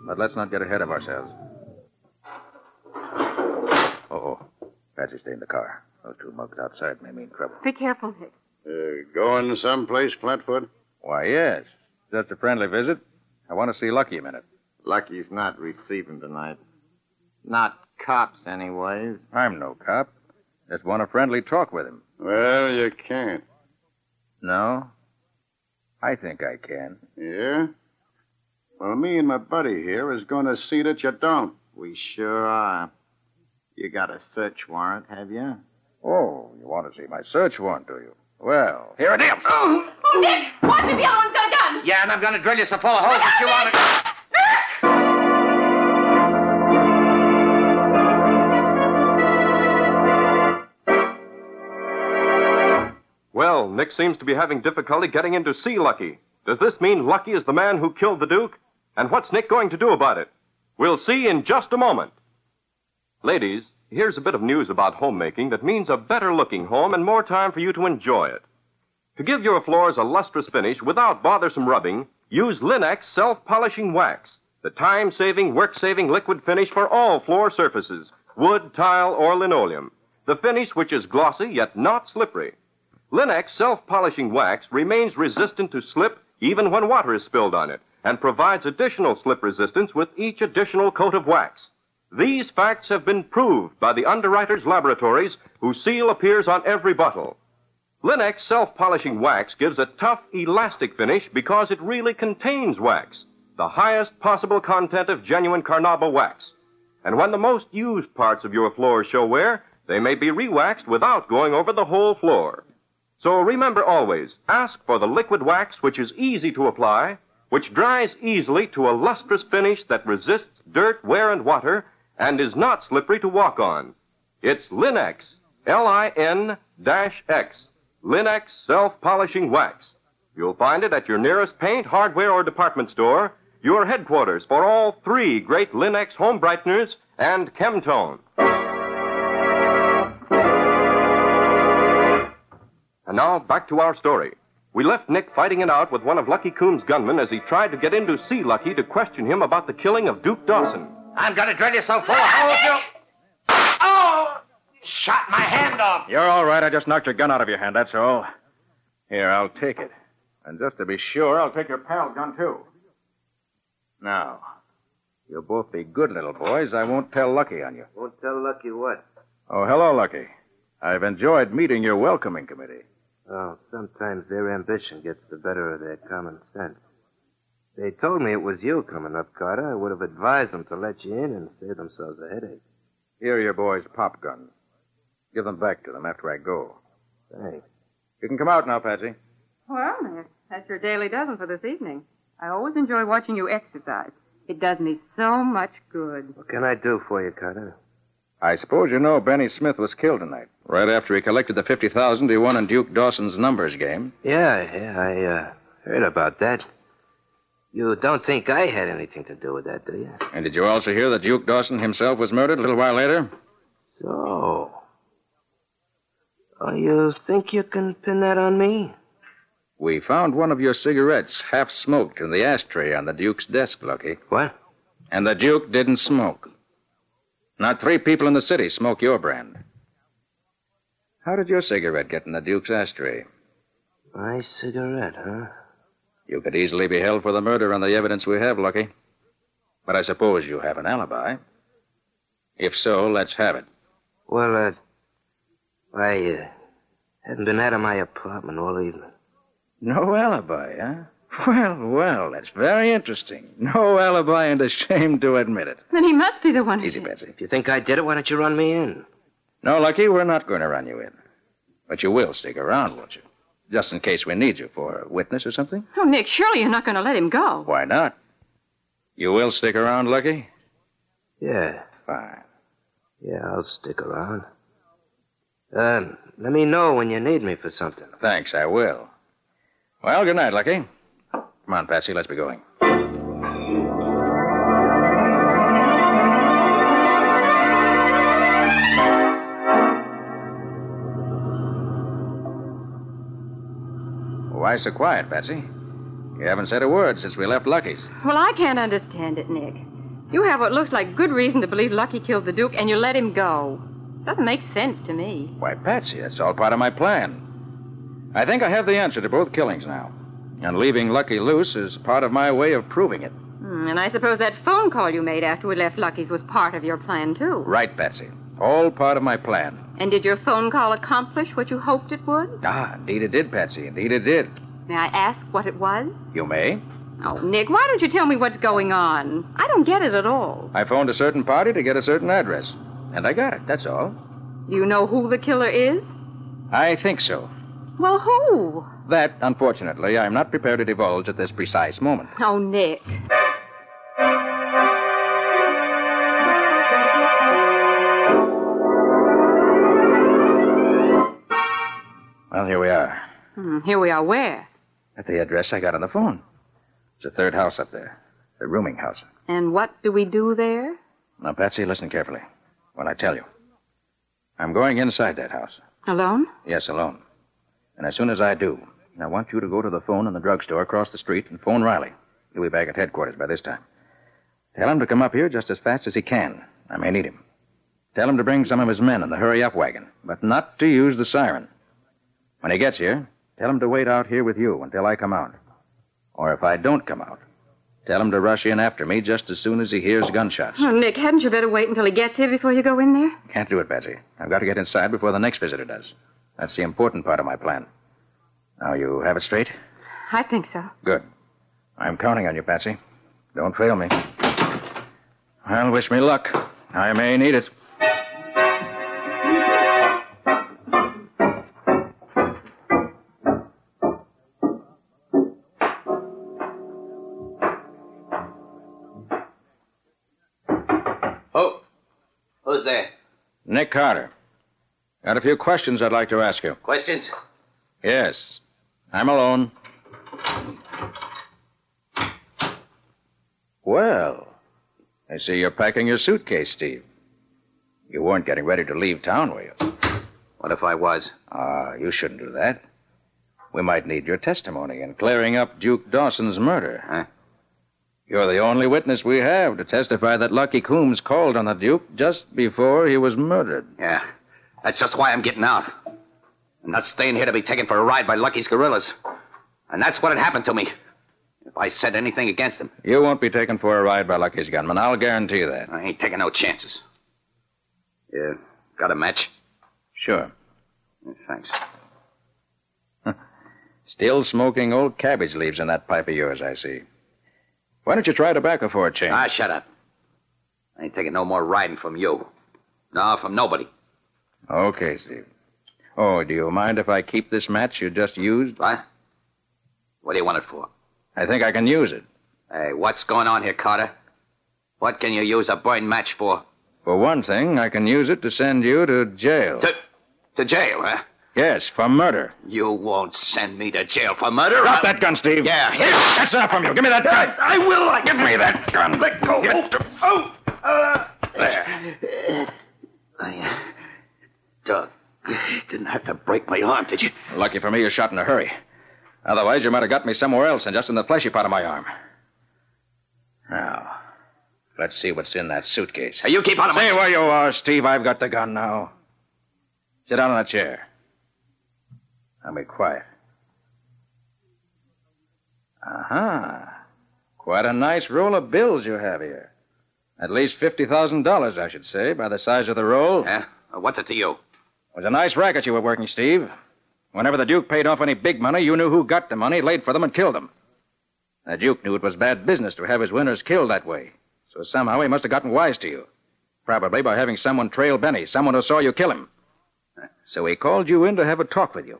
S17: but let's not get ahead of ourselves. Oh, oh. Patsy, stay in the car. Those two mugs outside may mean trouble.
S6: Be careful, Nick.
S17: Uh, going someplace, Flatfoot? Why, yes. Just a friendly visit. I want to see Lucky a minute.
S25: Lucky's not receiving tonight. Not cops, anyways.
S17: I'm no cop. Just want a friendly talk with him.
S25: Well, you can't.
S17: No? I think I can.
S25: Yeah?
S17: Well, me and my buddy here is going to see that you don't.
S25: We sure are. You got a search warrant, have you?
S17: Oh, you want to see my search warrant, do you? Well, here it is.
S6: Oh, Nick! Watch it! The other one's got a gun!
S17: Yeah, and I'm going to drill you so full
S6: of holes that you
S17: want to.
S7: Well, Nick seems to be having difficulty getting in to see Lucky. Does this mean Lucky is the man who killed the Duke? And what's Nick going to do about it? We'll see in just a moment. Ladies, here's a bit of news about homemaking that means a better looking home and more time for you to enjoy it. To give your floors a lustrous finish without bothersome rubbing, use Linex self polishing wax, the time saving, work saving liquid finish for all floor surfaces wood, tile, or linoleum. The finish which is glossy yet not slippery. Linex self polishing wax remains resistant to slip even when water is spilled on it and provides additional slip resistance with each additional coat of wax. These facts have been proved by the underwriters' laboratories whose seal appears on every bottle. Linex self polishing wax gives a tough, elastic finish because it really contains wax, the highest possible content of genuine Carnauba wax. And when the most used parts of your floor show wear, they may be re waxed without going over the whole floor. So remember always ask for the liquid wax which is easy to apply, which dries easily to a lustrous finish that resists dirt, wear, and water, and is not slippery to walk on. It's Linex. L-I-N dash X. Linex self-polishing wax. You'll find it at your nearest paint, hardware, or department store, your headquarters for all three great Linex home brighteners and Chemtone. And now back to our story. We left Nick fighting it out with one of Lucky Coon's gunmen as he tried to get in to see Lucky to question him about the killing of Duke Dawson.
S4: I'm gonna drill you so full of holes you. Oh! Shot my hand off.
S8: You're all right. I just knocked your gun out of your hand, that's all. Here, I'll take it. And just to be sure, I'll take your pal gun, too. Now, you'll both be good little boys. I won't tell Lucky on you.
S25: Won't tell Lucky what?
S8: Oh, hello, Lucky. I've enjoyed meeting your welcoming committee.
S26: Oh, sometimes their ambition gets the better of their common sense. They told me it was you coming up, Carter. I would have advised them to let you in and save themselves a headache.
S8: Here are your boys' pop guns. Give them back to them after I go.
S26: Thanks.
S8: You can come out now, Patsy.
S6: Well, Nick, that's your daily dozen for this evening. I always enjoy watching you exercise. It does me so much good.
S26: What can I do for you, Carter?
S8: I suppose you know Benny Smith was killed tonight.
S17: Right after he collected the 50000 he won in Duke Dawson's numbers game.
S26: Yeah, yeah, I uh, heard about that. You don't think I had anything to do with that, do you?
S17: And did you also hear that Duke Dawson himself was murdered a little while later?
S26: So. Oh, you think you can pin that on me?
S17: We found one of your cigarettes half smoked in the ashtray on the Duke's desk, Lucky.
S26: What?
S17: And the Duke didn't smoke. Not three people in the city smoke your brand. How did your cigarette get in the Duke's ashtray?
S26: My cigarette, huh?
S17: You could easily be held for the murder on the evidence we have, Lucky. But I suppose you have an alibi. If so, let's have it.
S26: Well, uh, I uh, haven't been out of my apartment all evening.
S17: No alibi, huh? Well, well, that's very interesting. No alibi and ashamed to admit it.
S6: Then he must be the one.
S17: Easy, Betsy.
S26: If you think I did it, why don't you run me in?
S17: No, Lucky, we're not going to run you in. But you will stick around, won't you? Just in case we need you for a witness or something?
S6: Oh, Nick, surely you're not going to let him go.
S17: Why not? You will stick around, Lucky?
S26: Yeah.
S17: Fine.
S26: Yeah, I'll stick around. Uh, let me know when you need me for something.
S17: Thanks, I will. Well, good night, Lucky. Come on, Patsy, let's be going. Why so quiet, Patsy? You haven't said a word since we left Lucky's.
S6: Well, I can't understand it, Nick. You have what looks like good reason to believe Lucky killed the Duke, and you let him go. Doesn't make sense to me.
S17: Why, Patsy, that's all part of my plan. I think I have the answer to both killings now. And leaving Lucky loose is part of my way of proving it.
S6: Hmm, and I suppose that phone call you made after we left Lucky's was part of your plan, too.
S17: Right, Patsy. All part of my plan.
S6: And did your phone call accomplish what you hoped it would?
S17: Ah, indeed it did, Patsy. Indeed it did.
S6: May I ask what it was?
S17: You may.
S6: Oh, Nick, why don't you tell me what's going on? I don't get it at all.
S17: I phoned a certain party to get a certain address. And I got it, that's all.
S6: Do you know who the killer is?
S17: I think so.
S6: Well, who?
S17: That, unfortunately, I'm not prepared to divulge at this precise moment.
S6: Oh, Nick.
S17: Well, here we are.
S6: Hmm, here we are. Where?
S17: At the address I got on the phone. It's a third house up there. The rooming house.
S6: And what do we do there?
S17: Now, Patsy, listen carefully. When I tell you. I'm going inside that house.
S6: Alone?
S17: Yes, alone. And as soon as I do, I want you to go to the phone in the drugstore across the street and phone Riley. He'll be back at headquarters by this time. Tell him to come up here just as fast as he can. I may need him. Tell him to bring some of his men in the hurry up wagon, but not to use the siren. When he gets here, tell him to wait out here with you until I come out. Or if I don't come out, tell him to rush in after me just as soon as he hears gunshots.
S6: Oh, Nick, hadn't you better wait until he gets here before you go in there?
S17: Can't do it, Patsy. I've got to get inside before the next visitor does. That's the important part of my plan. Now you have it straight?
S6: I think so.
S17: Good. I'm counting on you, Patsy. Don't fail me. Well, wish me luck. I may need it.
S4: Who? Who's there?
S17: Nick Carter. Got a few questions I'd like to ask you.
S27: Questions?
S17: Yes. I'm alone. Well, I see you're packing your suitcase, Steve. You weren't getting ready to leave town, were you? What if I was? Ah, you shouldn't do that. We might need your testimony in clearing up Duke Dawson's murder. Huh? You're the only witness we have to testify that Lucky Coombs called on the Duke just before he was murdered.
S27: Yeah. That's just why I'm getting out. I'm not staying here to be taken for a ride by Lucky's gorillas. And that's what had happened to me. If I said anything against him,
S17: You won't be taken for a ride by Lucky's gunman. I'll guarantee that.
S27: I ain't taking no chances. Yeah, got a match?
S17: Sure.
S27: Thanks.
S17: Still smoking old cabbage leaves in that pipe of yours, I see. Why don't you try tobacco for a change?
S27: Ah, shut up. I ain't taking no more riding from you. No, from nobody.
S17: Okay, Steve. Oh, do you mind if I keep this match you just used?
S27: What? What do you want it for?
S17: I think I can use it.
S27: Hey, what's going on here, Carter? What can you use a burned match for?
S17: For one thing, I can use it to send you to jail.
S27: To, to jail, huh?
S17: Yes, for murder.
S27: You won't send me to jail for murder.
S17: Drop that gun, Steve.
S27: Yeah, here.
S17: That's enough from you. Give me that gun.
S27: I will. I...
S17: Give me that gun.
S27: Let go.
S17: Oh,
S27: uh, there. I, uh, Doug, didn't have to break my arm, did you?
S17: Lucky for me, you shot in a hurry. Otherwise, you might have got me somewhere else and just in the fleshy part of my arm. Now, let's see what's in that suitcase.
S27: Hey, you keep out of my-
S17: Say where you are, Steve. I've got the gun now. Sit down on that chair. Now be quiet. Uh-huh. Quite a nice roll of bills you have here. At least $50,000, I should say, by the size of the roll.
S27: Yeah? Uh, What's it to you?
S17: It was a nice racket you were working, Steve. Whenever the Duke paid off any big money, you knew who got the money, laid for them, and killed them. The Duke knew it was bad business to have his winners killed that way. So somehow he must have gotten wise to you. Probably by having someone trail Benny, someone who saw you kill him. So he called you in to have a talk with you.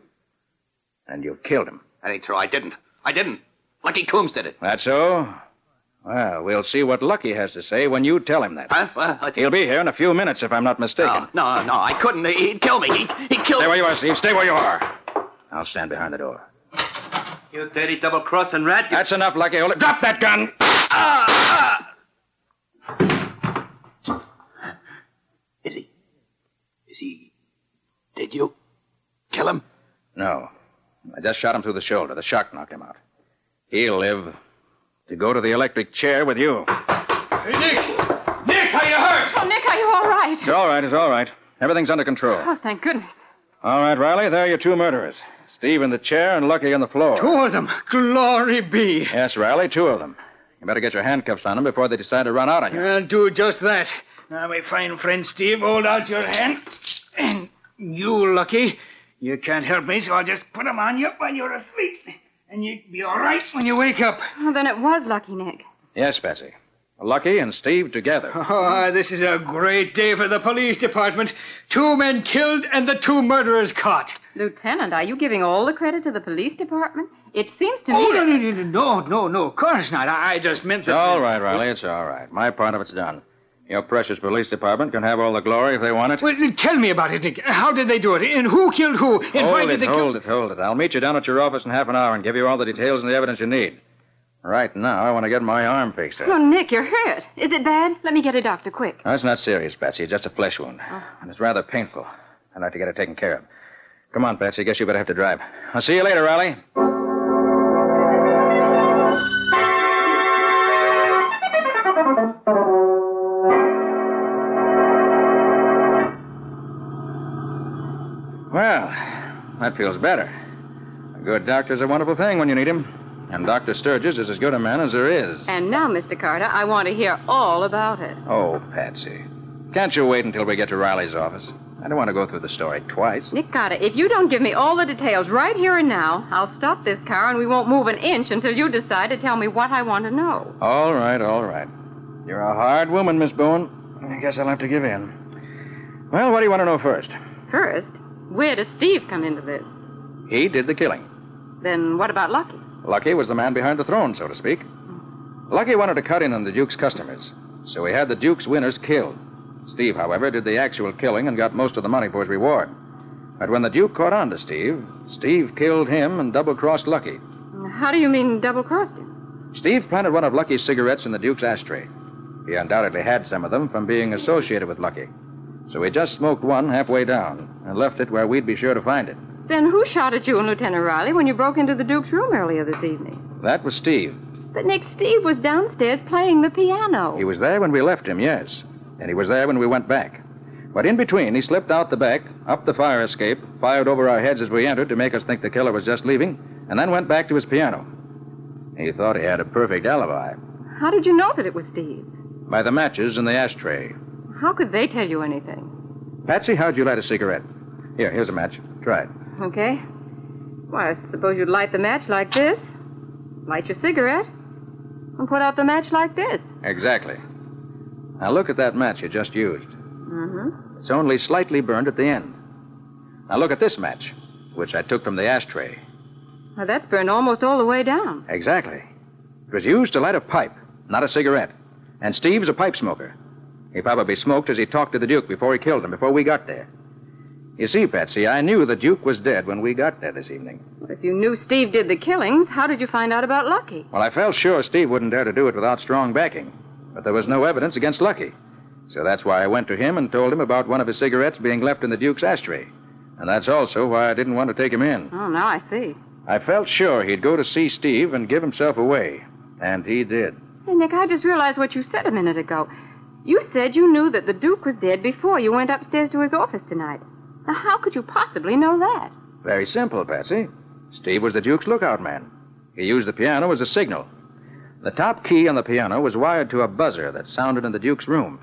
S17: And you killed him.
S27: That ain't true. I didn't. I didn't. Lucky Coombs did it.
S17: That's so? Well, we'll see what Lucky has to say when you tell him that.
S27: Huh? Well, I...
S17: He'll be here in a few minutes, if I'm not mistaken.
S7: Oh.
S27: No, no, I couldn't. He- He'd kill me. He, he killed
S17: Stay where you are, Steve. Stay where you are. I'll stand behind the door.
S27: You dirty double-crossing rat.
S17: That's enough, Lucky. Hold it. Drop that gun.
S27: Is he? Is he? Did you kill him?
S17: No. I just shot him through the shoulder. The shock knocked him out. He'll live to go to the electric chair with you.
S22: Hey, Nick! Nick, are you hurt?
S6: Oh, Nick, are you all right?
S17: It's all right. It's all right. Everything's under control.
S6: Oh, thank goodness.
S17: All right, Riley. There are your two murderers. Steve in the chair and Lucky on the floor.
S22: Two of them. Glory be.
S17: Yes, Riley. Two of them. You better get your handcuffs on them before they decide to run out on you.
S22: I'll do just that. Now, my fine friend Steve, hold out your hand. And you, Lucky, you can't help me, so I'll just put them on you while you're asleep. And you'll be all right when you wake up.
S6: Oh, then it was lucky, Nick.
S17: Yes, Patsy. Lucky and Steve together.
S22: Oh, this is a great day for the police department. Two men killed and the two murderers caught.
S6: Lieutenant, are you giving all the credit to the police department? It seems to me
S22: Oh, no,
S6: that...
S22: no, no, no, no, no, of course not. I, I just meant
S17: It's
S22: that.
S17: all right, Riley. It's all right. My part of it's done. Your precious police department can have all the glory if they want it.
S22: Well, tell me about it, Nick. How did they do it? And who killed who? And why did
S17: hold it,
S22: they
S17: hold it, hold it. I'll meet you down at your office in half an hour and give you all the details and the evidence you need. Right now, I want to get my arm fixed up.
S6: Oh, Nick, you're hurt. Is it bad? Let me get a doctor quick.
S17: No, it's not serious, Betsy. It's just a flesh wound. And it's rather painful. I'd like to get it taken care of. Come on, Betsy. Guess you better have to drive. I'll see you later, Riley. Well, that feels better. A good doctor's a wonderful thing when you need him. And Dr. Sturgis is as good a man as there is.
S6: And now, Mr. Carter, I want to hear all about it.
S17: Oh, Patsy. Can't you wait until we get to Riley's office? I don't want to go through the story twice.
S6: Nick Carter, if you don't give me all the details right here and now, I'll stop this car and we won't move an inch until you decide to tell me what I want to know.
S17: All right, all right. You're a hard woman, Miss Boone. I guess I'll have to give in. Well, what do you want to know first?
S6: First, where does Steve come into this?
S17: He did the killing.
S6: Then what about Lucky?
S17: Lucky was the man behind the throne, so to speak. Lucky wanted to cut in on the Duke's customers, so he had the Duke's winners killed. Steve, however, did the actual killing and got most of the money for his reward. But when the Duke caught on to Steve, Steve killed him and double crossed Lucky.
S6: How do you mean double crossed him?
S17: Steve planted one of Lucky's cigarettes in the Duke's ashtray. He undoubtedly had some of them from being associated with Lucky. So he just smoked one halfway down and left it where we'd be sure to find it.
S6: Then who shot at you and Lieutenant Riley when you broke into the Duke's room earlier this evening?
S17: That was Steve.
S6: But Nick, Steve was downstairs playing the piano.
S17: He was there when we left him, yes. And he was there when we went back. But in between, he slipped out the back, up the fire escape, fired over our heads as we entered to make us think the killer was just leaving, and then went back to his piano. He thought he had a perfect alibi
S6: How did you know that it was Steve?
S17: by the matches in the ashtray.
S6: How could they tell you anything?
S17: Patsy, how'd you light a cigarette? Here, here's a match. Try it.
S6: Okay. Why, I suppose you'd light the match like this, light your cigarette, and put out the match like this.
S17: Exactly. Now look at that match you just used.
S6: Mm-hmm.
S17: It's only slightly burned at the end. Now look at this match, which I took from the ashtray.
S6: Now, that's burned almost all the way down.
S17: Exactly. It was used to light a pipe, not a cigarette. And Steve's a pipe smoker. He probably smoked as he talked to the Duke before he killed him, before we got there. You see, Patsy, I knew the Duke was dead when we got there this evening.
S6: But if you knew Steve did the killings, how did you find out about Lucky?
S17: Well, I felt sure Steve wouldn't dare to do it without strong backing. But there was no evidence against Lucky. So that's why I went to him and told him about one of his cigarettes being left in the Duke's ashtray. And that's also why I didn't want to take him in.
S6: Oh, now I see.
S17: I felt sure he'd go to see Steve and give himself away. And he did.
S6: Hey, Nick, I just realized what you said a minute ago. You said you knew that the Duke was dead before you went upstairs to his office tonight. Now, how could you possibly know that?
S17: Very simple, Patsy. Steve was the Duke's lookout man. He used the piano as a signal. The top key on the piano was wired to a buzzer that sounded in the Duke's room.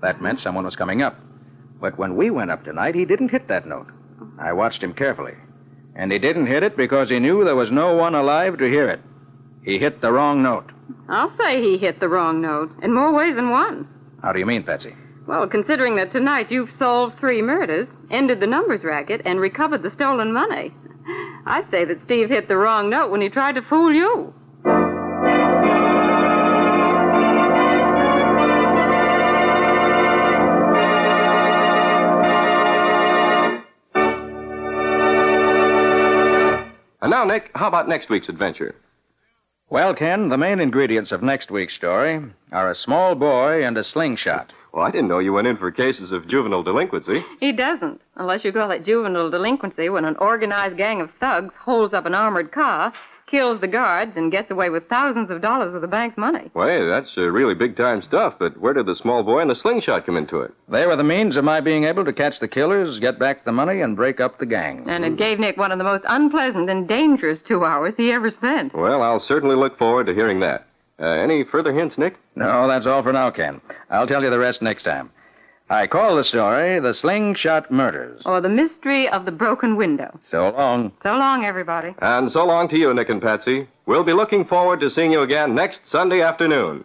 S17: That meant someone was coming up. But when we went up tonight, he didn't hit that note. I watched him carefully. And he didn't hit it because he knew there was no one alive to hear it. He hit the wrong note.
S6: I'll say he hit the wrong note, in more ways than one.
S17: How do you mean, Patsy?
S6: Well, considering that tonight you've solved three murders, ended the numbers racket, and recovered the stolen money, I say that Steve hit the wrong note when he tried to fool you.
S7: And now, Nick, how about next week's adventure?
S17: Well, Ken, the main ingredients of next week's story are a small boy and a slingshot.
S7: Well, I didn't know you went in for cases of juvenile delinquency.
S6: He doesn't, unless you call it juvenile delinquency when an organized gang of thugs holds up an armored car, kills the guards, and gets away with thousands of dollars of the bank's money.
S7: Well, that's uh, really big time stuff, but where did the small boy and the slingshot come into it?
S17: They were the means of my being able to catch the killers, get back the money, and break up the gang.
S6: And it gave Nick one of the most unpleasant and dangerous two hours he ever spent.
S7: Well, I'll certainly look forward to hearing that. Uh, any further hints, Nick?
S17: No, that's all for now, Ken. I'll tell you the rest next time. I call the story The Slingshot Murders.
S6: Or the mystery of the broken window.
S17: So long.
S6: So long, everybody.
S7: And so long to you, Nick and Patsy. We'll be looking forward to seeing you again next Sunday afternoon.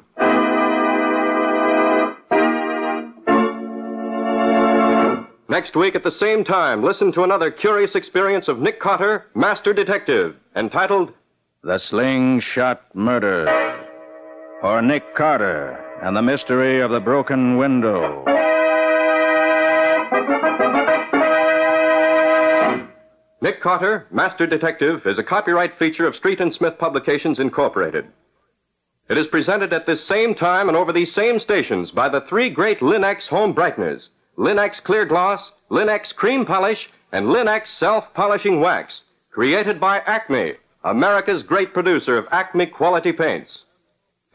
S7: Next week at the same time, listen to another curious experience of Nick Cotter, Master Detective, entitled
S28: The Slingshot Murder. Or Nick Carter and the Mystery of the Broken Window.
S7: Nick Carter, Master Detective, is a copyright feature of Street and Smith Publications, Incorporated. It is presented at this same time and over these same stations by the three great Linex home brighteners Linex Clear Gloss, Linex Cream Polish, and Linex Self Polishing Wax, created by Acme, America's great producer of Acme quality paints.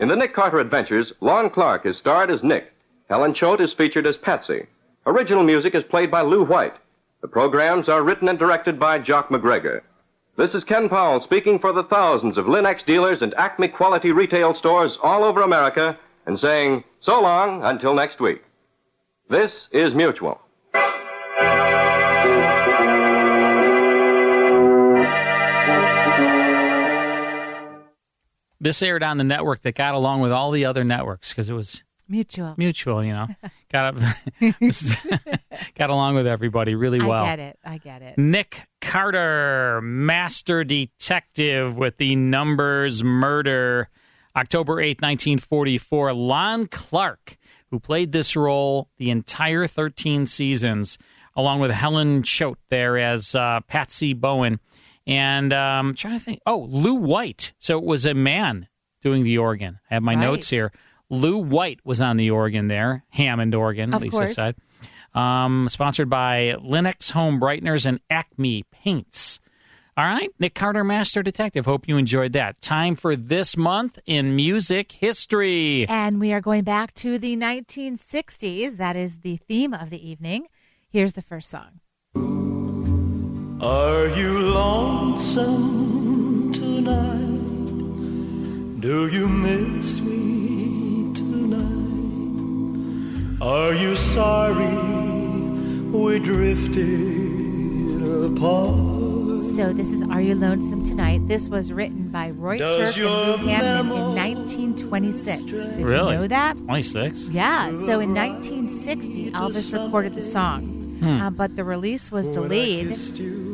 S7: In the Nick Carter Adventures, Lon Clark is starred as Nick. Helen Choate is featured as Patsy. Original music is played by Lou White. The programs are written and directed by Jock McGregor. This is Ken Powell speaking for the thousands of Linex dealers and Acme quality retail stores all over America and saying so long until next week. This is Mutual.
S5: This aired on the network that got along with all the other networks because it was
S11: Mutual.
S5: mutual, you know. got up, got along with everybody really well.
S11: I get it. I get it.
S5: Nick Carter, Master Detective with the Numbers Murder, October eighth, nineteen 1944. Lon Clark who played this role the entire 13 seasons, along with Helen Choate there as uh, Patsy Bowen. And um, trying to think, oh, Lou White. So it was a man doing the organ. I have my
S9: Right.
S5: notes here. Lou White was on the organ there, Hammond organ,
S9: Of
S5: at least
S9: course.
S5: this side. Um, sponsored by Linux Home Brighteners and Acme Paints. All right, Nick Carter, Master Detective. Hope you enjoyed that. Time for this month in music history.
S11: And we are going back to the 1960s. That is the theme of the evening. Here's the first song.
S29: Are you lonesome tonight? Do you miss me tonight? Are you sorry we drifted apart?
S11: So this is Are You Lonesome Tonight? This was written by Roy
S29: Does
S11: Turk and Lou
S29: your
S11: Hammond in 1926. Did
S5: really?
S11: you know that?
S5: 26.
S11: Yeah, so in 1960, Elvis recorded the song,
S5: Hmm.
S11: uh, but the release was delayed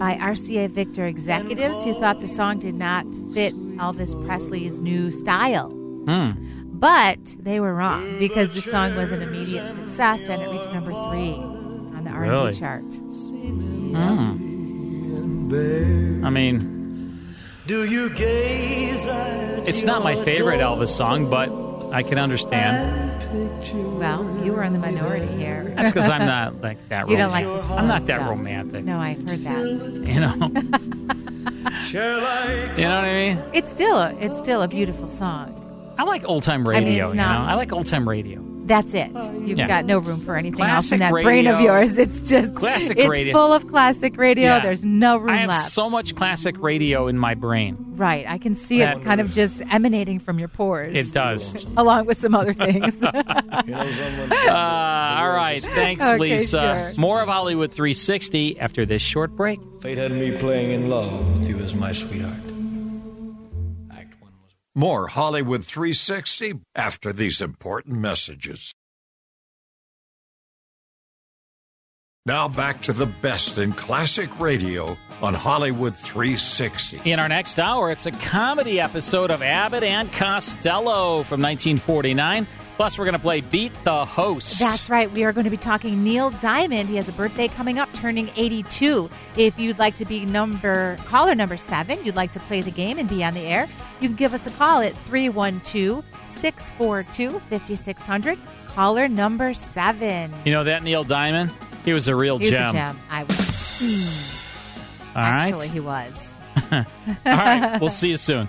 S11: by RCA Victor executives who thought the song did not fit Elvis Presley's new style.
S5: Hmm.
S11: But they were wrong because the song was an immediate success and it reached number three on the R&B
S5: Really?
S11: chart.
S5: Hmm. I mean,
S29: Do you gaze at
S5: it's not my
S29: your
S5: favorite Elvis song, but I can understand.
S11: Well, you were in the minority here.
S5: That's because I'm not like that.
S11: you don't
S5: romantic.
S11: like the slow
S5: I'm not that
S11: stuff.
S5: romantic.
S11: No, I've heard that.
S5: You know. you know what I mean?
S11: It's still a, it's still a beautiful song.
S5: I like old time
S11: I mean,
S5: radio.
S11: it's
S5: you know,
S11: not-
S5: I like old time radio.
S11: That's it. You've
S5: Yeah.
S11: got no room for anything else in
S5: Classic
S11: that brain of
S5: radio.
S11: yours. It's just
S5: Classic
S11: it's
S5: radio.
S11: full of classic radio.
S5: Yeah.
S11: There's no room
S5: I have
S11: left.
S5: so much classic radio in my brain.
S11: right. I can see it's
S5: That-
S11: kind of just emanating from your pores.
S5: It does.
S11: Along with some other things.
S5: Uh, all right. Thanks,
S11: Okay,
S5: Lisa.
S11: sure.
S5: More of Hollywood 360 after this short break.
S29: Fate had me playing in love with you as my sweetheart.
S1: More Hollywood 360 after these important messages. Now back to the best in classic radio on Hollywood 360.
S5: In our next hour, it's a comedy episode of Abbott and Costello from 1949. Plus, we're going to play Beat the Host.
S11: That's right. We are going to be talking Neil Diamond. He has a birthday coming up, turning 82. If you'd like to be number caller number seven, you'd like to play the game and be on the air, you can give us a call at 312 642 5600. Caller number seven.
S5: You know that Neil Diamond? He was a real
S11: He's
S5: gem.
S11: a gem. I was.
S5: All right.
S11: Actually, he was.
S5: All right. We'll see you soon.